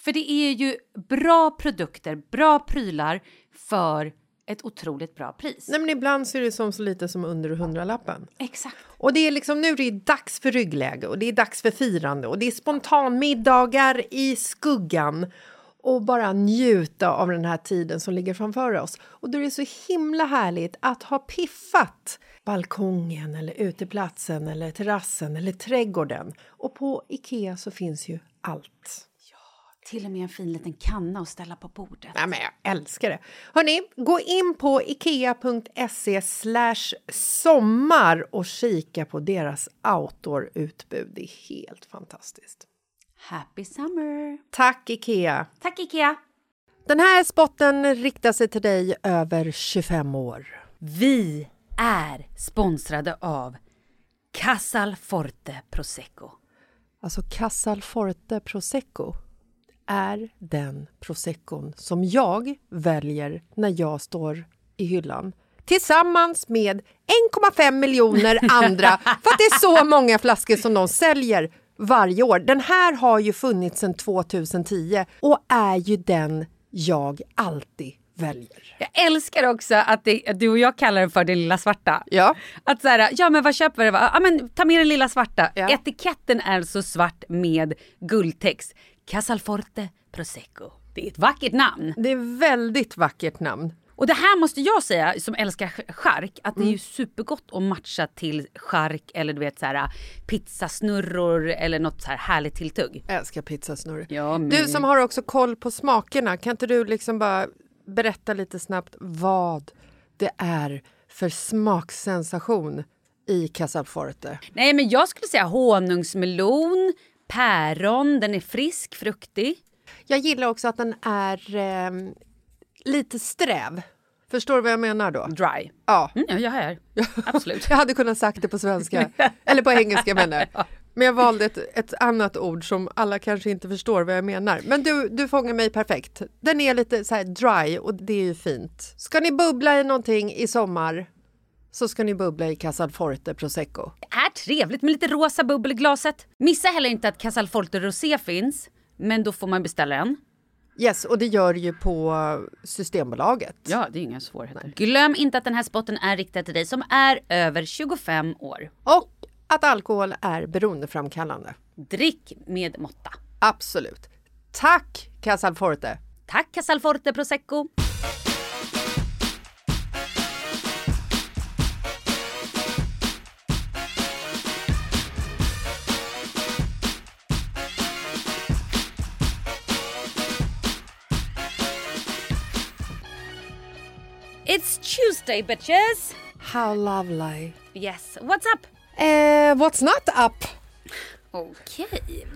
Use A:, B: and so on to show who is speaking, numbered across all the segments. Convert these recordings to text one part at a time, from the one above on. A: För det är ju bra produkter, bra prylar för ett otroligt bra pris.
B: Nej, men ibland så är det som så lite som under hundralappen.
A: Exakt.
B: Och det är liksom nu är det är dags för ryggläge och det är dags för firande och det är spontanmiddagar i skuggan och bara njuta av den här tiden som ligger framför oss. Och då är det så himla härligt att ha piffat balkongen eller uteplatsen eller terrassen eller trädgården. Och på Ikea så finns ju allt.
A: Till och med en fin liten kanna att ställa på bordet.
B: Nej, men jag älskar det. Hörni, gå in på ikea.se sommar och kika på deras outdoor-utbud. Det är helt fantastiskt.
A: Happy summer!
B: Tack, Ikea!
A: Tack Ikea!
B: Den här spotten riktar sig till dig över 25 år.
A: Vi är sponsrade av Casal Forte Prosecco.
B: Alltså, Casal Forte Prosecco är den proseccon som jag väljer när jag står i hyllan tillsammans med 1,5 miljoner andra för att det är så många flaskor som de säljer varje år. Den här har ju funnits sedan 2010 och är ju den jag alltid väljer.
A: Jag älskar också att, det, att du och jag kallar den för det lilla svarta.
B: Ja.
A: Att så här, ja men vad köper du? Ja men ta med den lilla svarta.
B: Ja.
A: Etiketten är så svart med guldtext. Casalforte Prosecco. Det är ett vackert namn.
B: Det är väldigt vackert namn.
A: Och det här måste jag säga som älskar ch- chark att det är ju supergott att matcha till chark eller du vet så här pizzasnurror eller något så här härligt tilltugg.
B: Jag älskar pizzasnurr.
A: Ja, men-
B: Du som har också koll på smakerna, kan inte du liksom bara berätta lite snabbt vad det är för smaksensation i Casal Forte?
A: Nej men jag skulle säga honungsmelon, päron, den är frisk, fruktig.
B: Jag gillar också att den är eh, lite sträv. Förstår du vad jag menar då?
A: Dry.
B: Ja.
A: Mm, ja, jag är. Absolut.
B: Jag hade kunnat sagt det på svenska, eller på engelska menar jag. Men jag valde ett, ett annat ord som alla kanske inte förstår vad jag menar. Men du, du fångar mig perfekt. Den är lite så här dry och det är ju fint. Ska ni bubbla i någonting i sommar? så ska ni bubbla i Casalforte Prosecco.
A: Det är trevligt med lite rosa bubbel i glaset. Missa heller inte att Casalforte Rosé finns, men då får man beställa en.
B: Yes, och det gör ju på Systembolaget.
A: Ja, det är inga svårigheter. Glöm inte att den här spotten är riktad till dig som är över 25 år.
B: Och att alkohol är beroendeframkallande.
A: Drick med måtta.
B: Absolut. Tack Casalforte!
A: Tack Casalforte Prosecco! It's Tuesday bitches!
B: How lovely!
A: Yes, what's up?
B: Eh, what's not up?
A: Okej,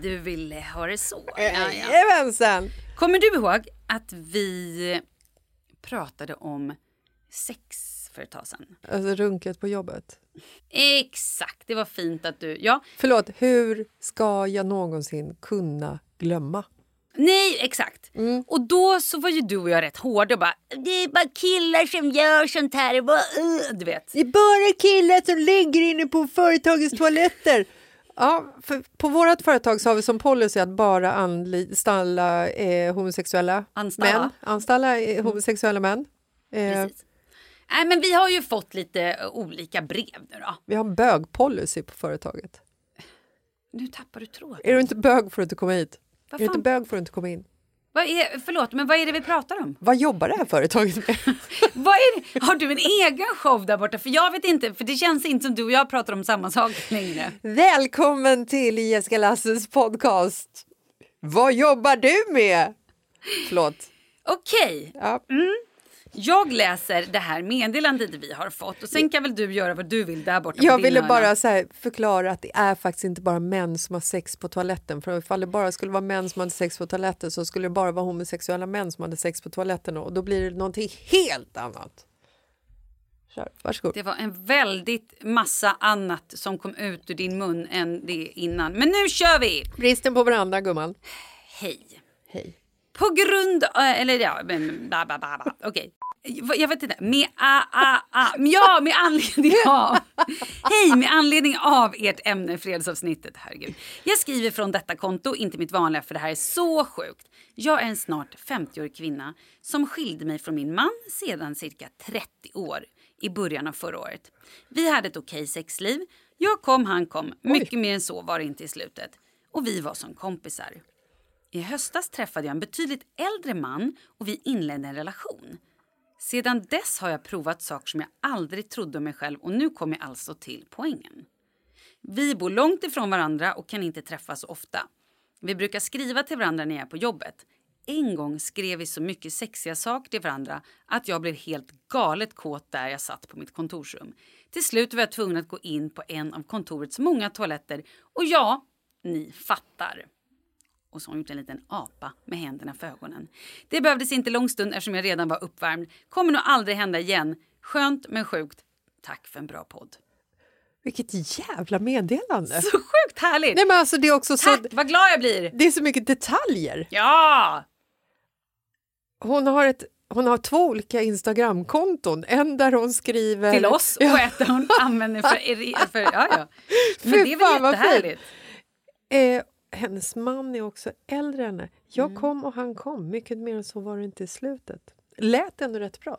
A: du ville ha det så.
B: Jajamensan!
A: Kommer du ihåg att vi pratade om sex för ett tag sedan?
B: Alltså runket på jobbet.
A: Exakt, det var fint att du... Ja,
B: Förlåt, hur ska jag någonsin kunna glömma?
A: nej exakt.
B: Mm.
A: Och då så var ju du och jag rätt hårda och bara det är bara killar som gör sånt här. och Bara, uh, du vet.
B: Det är bara killar som ligger inne på företagets toaletter. Ja, för på vårt företag så har vi som policy att bara anställa eh, homosexuella
A: Anställa.
B: män. Anställa eh, homosexuella män. Eh,
A: Precis. Nej men vi har ju fått lite eh, olika brev nu då.
B: vi har en bögpolicy på företaget.
A: Nu tappar du tråden.
B: Är du inte bög får du inte komma hit.
A: Vad
B: Är du inte
A: fan?
B: bög får du inte komma in.
A: Vad är, förlåt, men vad är det vi pratar om?
B: Vad jobbar det här företaget med?
A: Vad är det? Har du en egen show där borta? För jag vet inte, för det känns inte som du och jag pratar om samma sak längre.
B: Välkommen till Jessica Lasses podcast. Vad jobbar du med? Förlåt.
A: Okej,
B: Ja.
A: jag läser det här meddelandet vi har fått och sen kan väl du göra vad du vill där borta. på
B: Jag
A: din
B: ville
A: hörna.
B: bara så här förklara att det är faktiskt inte bara män som har sex på toaletten. För ifall det bara skulle vara män som hade sex på toaletten så skulle det bara vara homosexuella män som hade sex på toaletten och då blir det någonting helt annat. Kör, varsågod.
A: Det var en väldigt massa annat som kom ut ur din mun än det innan. Men nu kör vi!
B: Bristen på varandra, gumman.
A: Hej!
B: Hej.
A: På grund eh, eller ja, men ba, ba, ba, ba. okej. Jag- Jag vet inte, med a, a, a. Men Ja, med anledning av. Hej, med anledning av ert ämne fredagsavsnittet. Herregud. Jag skriver från detta konto, inte mitt vanliga för det här är så sjukt. Jag är en snart 50-årig kvinna som skilde mig från min man sedan cirka 30 år i början av förra året. Vi hade ett okej sexliv. Jag kom, han kom. Mycket mer än så var det inte i slutet. Och vi var som kompisar. I höstas träffade jag en betydligt äldre man och vi inledde en relation. Sedan dess har jag provat saker som jag aldrig trodde om mig själv och nu kommer jag alltså till poängen. Vi bor långt ifrån varandra och kan inte träffas så ofta. Vi brukar skriva till varandra när jag är på jobbet. En gång skrev vi så mycket sexiga saker till varandra att jag blev helt galet kåt där jag satt på mitt kontorsrum. Till slut var jag tvungen att gå in på en av kontorets många toaletter och ja, ni fattar och så har hon gjort en liten apa med händerna för ögonen. Det behövdes inte lång stund eftersom jag redan var uppvärmd. Kommer nog aldrig hända igen. Skönt men sjukt. Tack för en bra podd.
B: Vilket jävla meddelande.
A: Så sjukt härligt!
B: Nej men alltså det är också så,
A: Tack, vad glad jag blir!
B: det är så mycket detaljer.
A: Ja!
B: Hon har, ett, hon har två olika Instagramkonton. En där hon skriver...
A: Till oss och
B: Ja,
A: ett hon använder för... er- för ja, ja. Men
B: Fy
A: det är
B: fan,
A: väl
B: vad fint.
A: jättehärligt?
B: eh, hennes man är också äldre än henne. Jag
A: Mm.
B: kom och han kom. Mycket mer än så var det inte i slutet. Lät ändå rätt bra.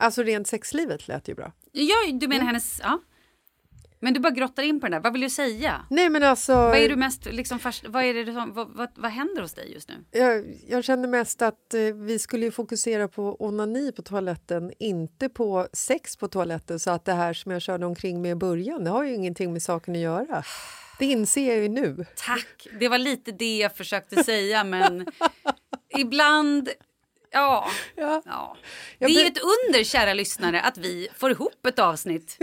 B: Alltså rent sexlivet lät ju bra.
A: Ja, du
B: Mm.
A: menar hennes... Ja. Men du bara grottar in på den där. Vad vill du säga?
B: Nej men alltså,
A: Vad är du mest liksom... fast- Vad, är det som, vad, vad, vad händer hos dig just nu?
B: jag, jag kände mest att eh, vi skulle ju fokusera på onani på toaletten, inte på sex på toaletten. Så att det här som jag körde omkring med i början, det har ju ingenting med saken att göra. Det inser jag ju nu.
A: Tack. Det var lite det jag försökte säga, men ibland... Ja.
B: Ja.
A: ja. Det
B: Jag
A: är ju
B: be-
A: ett under, kära lyssnare, att vi får ihop ett avsnitt.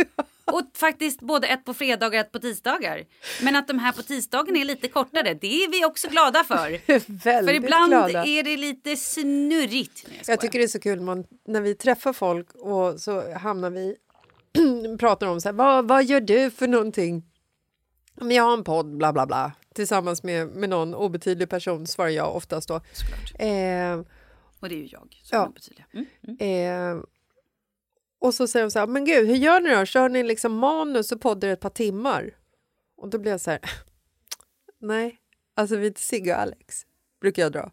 A: Och faktiskt både ett på fredagar och ett på tisdagar. Men att de här på tisdagen är lite kortare, det är vi också glada för.
B: Väldigt
A: För ibland
B: glada.
A: är det lite snurrigt. Nej,
B: Jag tycker det är så kul man, när vi träffar folk och så hamnar vi pratar om så här, vad, vad gör du för någonting? Men jag har en podd, bla bla bla. Tillsammans med, med någon obetydlig person svarar jag oftast då.
A: Såklart.
B: Eh,
A: Och det är ju jag.
B: Ja.
A: Som ja. mm.
B: eh, Ehm, Och så säger de så här, men gud, hur gör ni då? Kör ni liksom manus och poddar ett par timmar? Och då blir jag så här, nej, alltså vi är inte Sigge och Alex, brukar jag dra.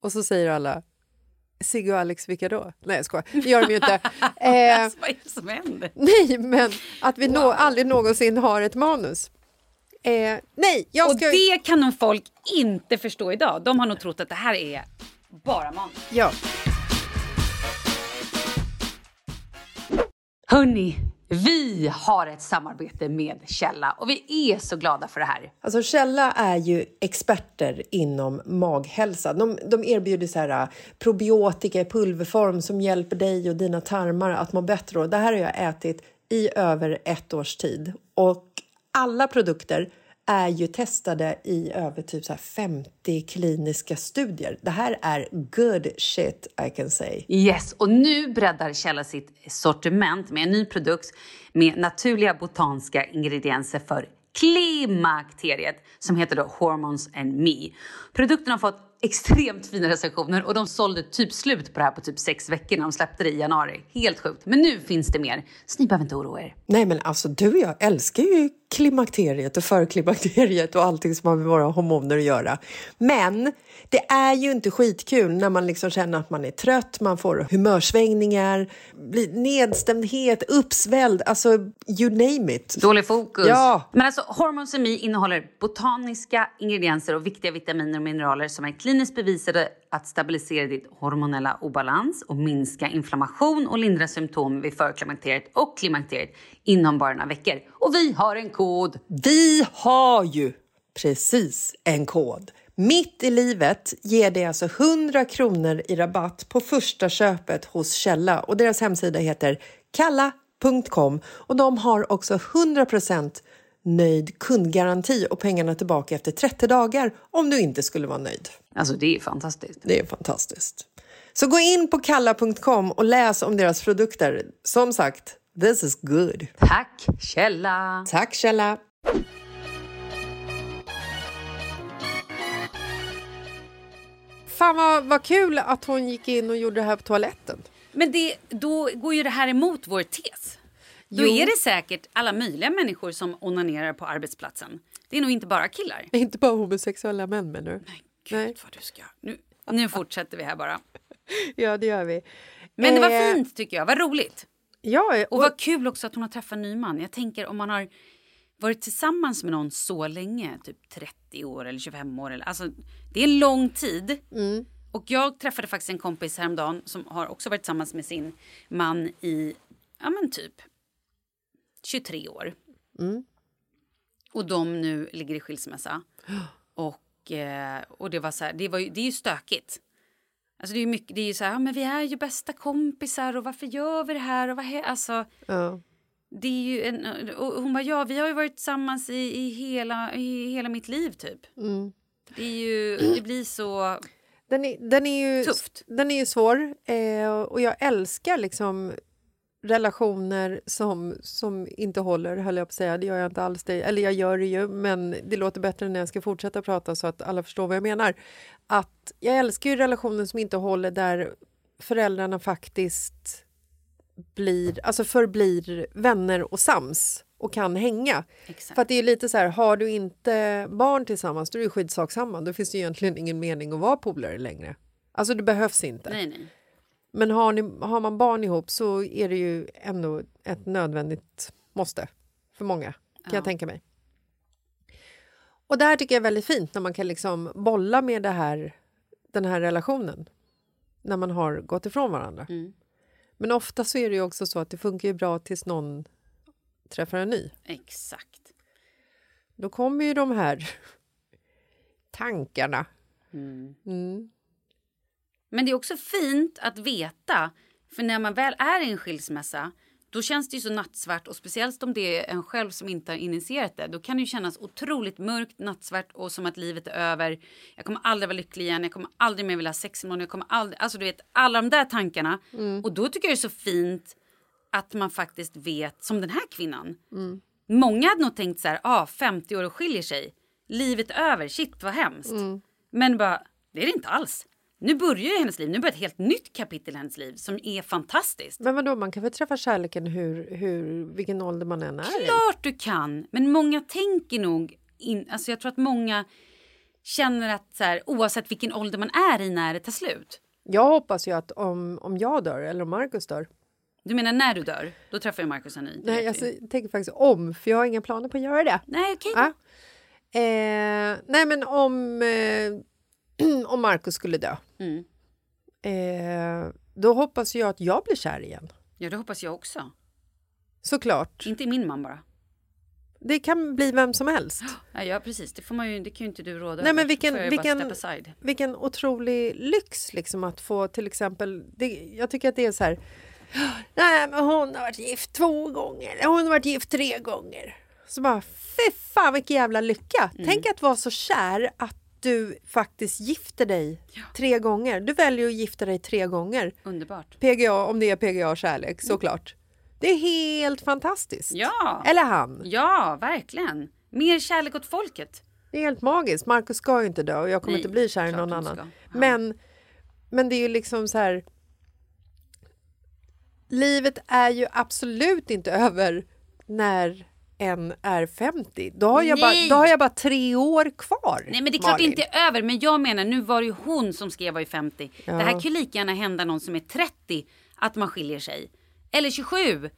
B: Och så säger alla, Sigge och Alex, vilka då? Nej, jag skojar, det gör de ju inte. Eh,
A: Alltså, vad är det som händer?
B: nej, men att vi nå, aldrig någonsin har ett manus. Eh, nej, jag
A: Och
B: ska...
A: det kan nog folk inte förstå idag. De har nog trott att det här är bara man.
B: Ja.
A: Hörni, vi har ett samarbete med Källa och vi är så glada för det här.
B: Alltså Källa är ju experter inom maghälsa. De, de erbjuder så här, äh, probiotika i pulverform som hjälper dig och dina tarmar att må bättre. Och det här har jag ätit i över ett års tid. Och alla produkter är ju testade i över typ så här 50 kliniska studier. Det här är good shit, I can say.
A: Yes, och nu breddar Källa sitt sortiment med en ny produkt med naturliga botaniska ingredienser för klimakteriet som heter då Hormones and Me. Produkten har fått extremt fina recensioner och de sålde typ slut på det här på typ sex veckor när de släppte det i januari. Helt sjukt. Men nu finns det mer, så ni behöver inte oroa er.
B: Nej men alltså du och jag älskar ju klimakteriet och förklimakteriet och allting som har med våra hormoner att göra. Men det är ju inte skitkul när man liksom känner att man är trött, man får humörsvängningar, blir nedstämdhet, uppsvälld, alltså you name it.
A: Dålig fokus.
B: Ja.
A: Men alltså, hormonsemi innehåller botaniska ingredienser och viktiga vitaminer och mineraler som är kliniskt bevisade att stabilisera ditt hormonella obalans och minska inflammation och lindra symptom vid förklimakteriet och klimakteriet inom bara några veckor. Och vi har en kod!
B: Vi har ju precis en kod. Mitt i livet ger det alltså 100 kronor i rabatt på första köpet hos Källa och deras hemsida heter kalla.com och de har också 100 nöjd kundgaranti och pengarna tillbaka efter 30 dagar om du inte skulle vara nöjd.
A: Alltså det är ju fantastiskt.
B: Det är fantastiskt. Så gå in på kalla.com och läs om deras produkter. Som sagt, this is good.
A: Tack Källa!
B: Tack Källa! Fan vad, vad kul att hon gick in och gjorde det här på toaletten.
A: Men det, då går ju det här emot vår tes. Då
B: Jo.
A: är det säkert alla möjliga människor som onanerar på arbetsplatsen. Det är nog inte bara killar.
B: Inte bara homosexuella män menar du?
A: Gud,
B: Nej.
A: vad du ska... Nu, nu fortsätter vi här bara.
B: Ja det gör vi.
A: Men det var
B: Eh,
A: fint tycker jag, vad roligt.
B: Ja,
A: Och
B: och,
A: vad kul också att hon har träffat en ny man. Jag tänker om man har varit tillsammans med någon så länge, typ 30 år eller 25 år. Eller, alltså, det är en lång tid. Och jag träffade faktiskt en kompis häromdagen som har också varit tillsammans med sin man i, ja men typ 23 år. Och de nu ligger i skilsmässa. Och, eh, och det var så här, det, var ju, det är ju stökigt. Alltså det är ju mycket, det är ju så här, ja, men vi är ju bästa kompisar och varför gör vi det här och vad he-" alltså
B: ja.
A: det är ju en, och hon bara ja, vi har ju varit tillsammans i, i, hela, i hela mitt liv typ. Det är ju, det blir så,
B: Den, är, den är ju
A: Tufft.
B: Den är ju svår eh, och jag älskar liksom relationer som, som inte håller, höll jag på att säga. Det gör jag inte alls. Det, eller jag gör det ju, men det låter bättre när jag ska fortsätta prata så att alla förstår vad jag menar. Att jag älskar ju relationer som inte håller där föräldrarna faktiskt blir, alltså förblir vänner och sams och kan hänga.
A: Exakt.
B: För att det är ju lite så här, har du inte barn tillsammans då är du skyddsaksamma. Då finns det ju egentligen ingen mening att vara polare längre. Alltså det behövs inte.
A: nej nej.
B: Men har, ni, har man barn ihop så är det ju ändå ett nödvändigt måste för många, kan jag tänka mig. Och det här tycker jag är väldigt fint, när man kan liksom bolla med det här, den här relationen när man har gått ifrån varandra. Men ofta så är det ju också så att det funkar ju bra tills någon träffar en ny.
A: Exakt.
B: Då kommer ju de här tankarna.
A: Men det är också fint att veta, för när man väl är i en skilsmässa då känns det ju så nattsvart och speciellt om det är en själv som inte har initierat det. Då kan det ju kännas otroligt mörkt, nattsvart och som att livet är över. Jag kommer aldrig vara lycklig igen, jag kommer aldrig mer vilja ha sex med någon. Jag kommer aldrig, alltså du vet alla de där tankarna. Och då tycker jag det är så fint att man faktiskt vet, som den här kvinnan. Många hade nog tänkt så här, ah, 50
B: Mm.
A: år och skiljer sig. Livet är över, shit vad hemskt. Men bara, det är det inte alls. Nu börjar ju hennes liv, nu börjar ett helt nytt kapitel i hennes liv som är fantastiskt.
B: Men vadå, man kan väl träffa kärleken hur, hur, vilken ålder man än är i?
A: Klart du kan! Men många tänker nog... In, alltså jag tror att många känner att så här, oavsett vilken ålder man är i när det tar slut.
B: Jag hoppas ju att om, om jag dör, eller om Markus dör...
A: Du menar när du dör? Då träffar jag Markus en ny. det vet
B: Nej,
A: vi
B: alltså,
A: ju.
B: jag tänker faktiskt om, för jag har inga planer på att göra det.
A: Nej, okej.
B: Ja. Eh, nej, men om, eh, om Markus skulle dö,
A: Mm.
B: eh, då hoppas jag att jag blir kär igen.
A: Ja, det hoppas jag också.
B: Såklart.
A: Inte i min man bara.
B: Det kan bli vem som helst.
A: Nej, ja, precis. Det, får man ju, det kan ju inte du råda
B: Nej,
A: över.
B: men vilken-
A: Får jag ju
B: vilken-
A: bara step aside.
B: Vilken otrolig lyx liksom att få till exempel... Det, jag tycker att det är så här... Nej, men hon har varit gift två gånger. Hon har varit gift tre gånger. Så bara, fy fan vilken jävla lycka! Tänk att vara så kär att du faktiskt gifter dig tre gånger. Du väljer att gifta dig tre gånger.
A: Underbart.
B: PGA, om det är PGA kärlek, såklart. Det är helt fantastiskt.
A: Ja.
B: Eller han.
A: Ja, verkligen. Mer kärlek åt folket.
B: Det är helt magiskt. Markus ska ju inte dö och jag kommer
A: Nej,
B: inte bli kär i
A: klart
B: någon
A: han
B: annan.
A: ska.
B: Men, men det är ju liksom så här... Livet är ju absolut inte över när en är 50. Då har jag, bara,
A: Nej.
B: då har jag bara tre år kvar.
A: Nej, men det är klart det
B: Malin.
A: inte är över. Men jag menar, nu var det ju hon som skrev var ju 50. Det här kan ju lika gärna hända någon som är 30, att man skiljer sig. Eller 27.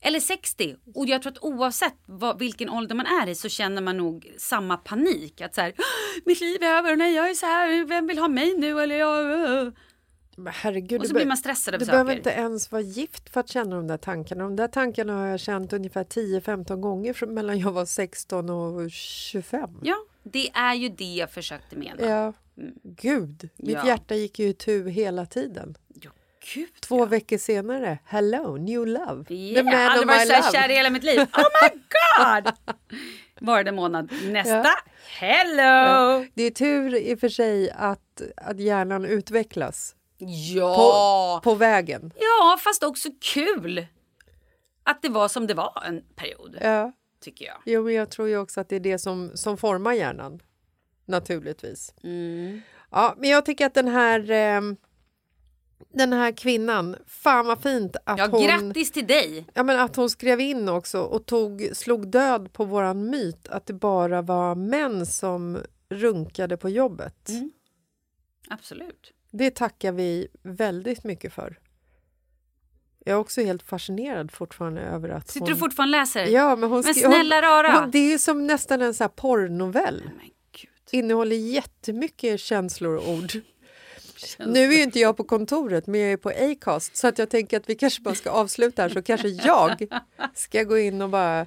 A: Eller 60. Och jag tror att oavsett vad, vilken ålder man är i så känner man nog samma panik. Att så här, "Åh, mitt liv är över och nej, jag är så här, vem vill ha mig nu? Eller jag...
B: Men herregud,
A: Och så
B: du
A: blir
B: be-
A: man stressad över
B: Du behöver
A: saker.
B: inte ens vara gift för att känna de där tankarna. De där tankarna har jag känt ungefär 10-15 gånger från mellan jag var 16 och 25.
A: Ja, det är ju det jag försökte mena.
B: Ja. Mm. Gud, mitt
A: Ja.
B: hjärta gick ju itu hela tiden.
A: Ja, gud.
B: Två veckor senare, hello, new love.
A: Yeah, aldrig varit så här kär i hela mitt liv. Oh my god! Var det månad. Nästa. Hello!
B: Det är tur i och för sig att, att hjärnan utvecklas på,
A: Ja.
B: på vägen.
A: Ja, fast också kul att det var som det var en period,
B: Ja.
A: tycker jag.
B: Jo, men jag tror ju också att det är det som, som formar hjärnan, naturligtvis.
A: Mm.
B: Ja, men jag tycker att den här, ehm, den här kvinnan, fan vad fint att
A: Ja,
B: hon...
A: grattis till dig!
B: Ja, men att hon skrev in också och tog, slog död på våran myt att det bara var män som runkade på jobbet.
A: Mm. Absolut.
B: Det tackar vi väldigt mycket för. Jag är också helt fascinerad fortfarande över att
A: Sitter
B: hon...
A: du fortfarande och läser?
B: Ja, men hon
A: Men
B: skri-
A: snälla rara!
B: hon, hon, Det är ju som nästan en så här porrnovell.
A: Men gud.
B: Innehåller jättemycket känslor och ord. Nu är ju inte jag på kontoret, men jag är på Acast så att jag tänker att vi kanske bara ska avsluta här så kanske jag ska gå in och bara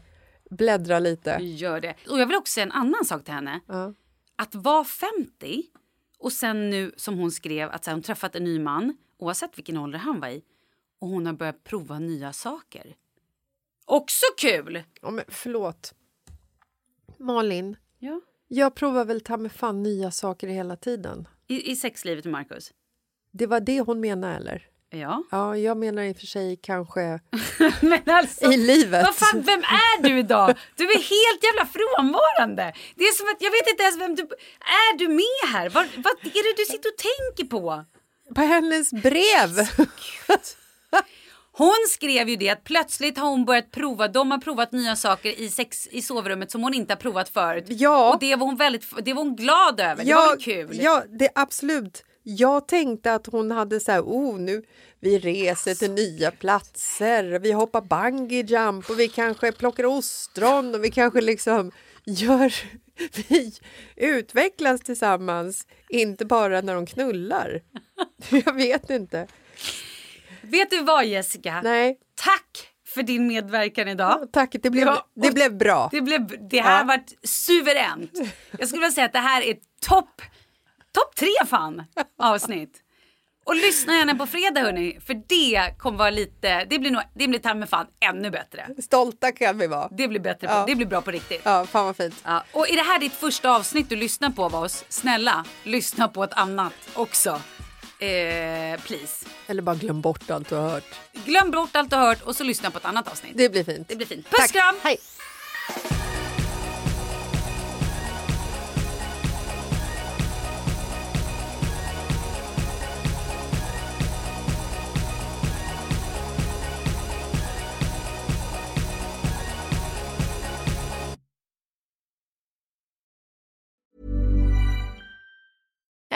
B: bläddra lite.
A: Gör det. Och jag vill också säga en annan sak till henne.
B: Ja.
A: Att vara 50 och sen nu som hon skrev att så här, hon träffat en ny man oavsett vilken ålder han var i och hon har börjat prova nya saker. Också kul!
B: Ja, men förlåt. Malin,
A: Ja.
B: jag provar väl ta med fan nya saker hela tiden.
A: I, i sexlivet med Markus.
B: Det var det hon menade, eller?
A: Ja.
B: Ja, jag menar i och för sig kanske
A: Men alltså,
B: i livet.
A: vad fan, vem är du idag? Du är helt jävla frånvarande. Det är som att jag vet inte ens vem du... Är du med här? Vad, vad är det du sitter och tänker på?
B: På hennes brev!
A: Alltså, Hon skrev ju det att plötsligt har hon börjat prova, de har provat nya saker i, sex, i sovrummet som hon inte har provat förut.
B: Ja.
A: Och det var hon, väldigt, det var hon glad över, det var väl kul?
B: Ja, det, absolut. Jag tänkte att hon hade så här, oh nu, vi reser till nya platser, vi hoppar bungee jump och vi kanske plockar ostron och vi kanske liksom gör, vi utvecklas tillsammans, inte bara när de knullar. Jag vet inte.
A: Vet du vad Jessica?
B: Nej,
A: Tack för din medverkan idag.
B: tack, det blev,
A: Ja,
B: det
A: och-
B: blev bra.
A: Det, blev, det här
B: Ja.
A: varit suveränt. Jag skulle vilja säga att det här är topp top tre fan avsnitt. Och lyssna gärna på fredag hörni, för det kommer vara lite, det blir, nog, det blir ta mig fan ännu bättre.
B: Stolta kan vi vara.
A: Det blir bättre, på,
B: Ja.
A: det blir bra på riktigt.
B: Ja, fan vad fint.
A: Ja, och är det här ditt första avsnitt du lyssnar på av oss, snälla lyssna på ett annat också. Eh, please.
B: Eller bara glöm bort allt du har hört.
A: Glöm bort allt du har hört och så lyssna på ett annat avsnitt.
B: Det blir fint.
A: Det blir fint. Puss, kram!
B: Hej!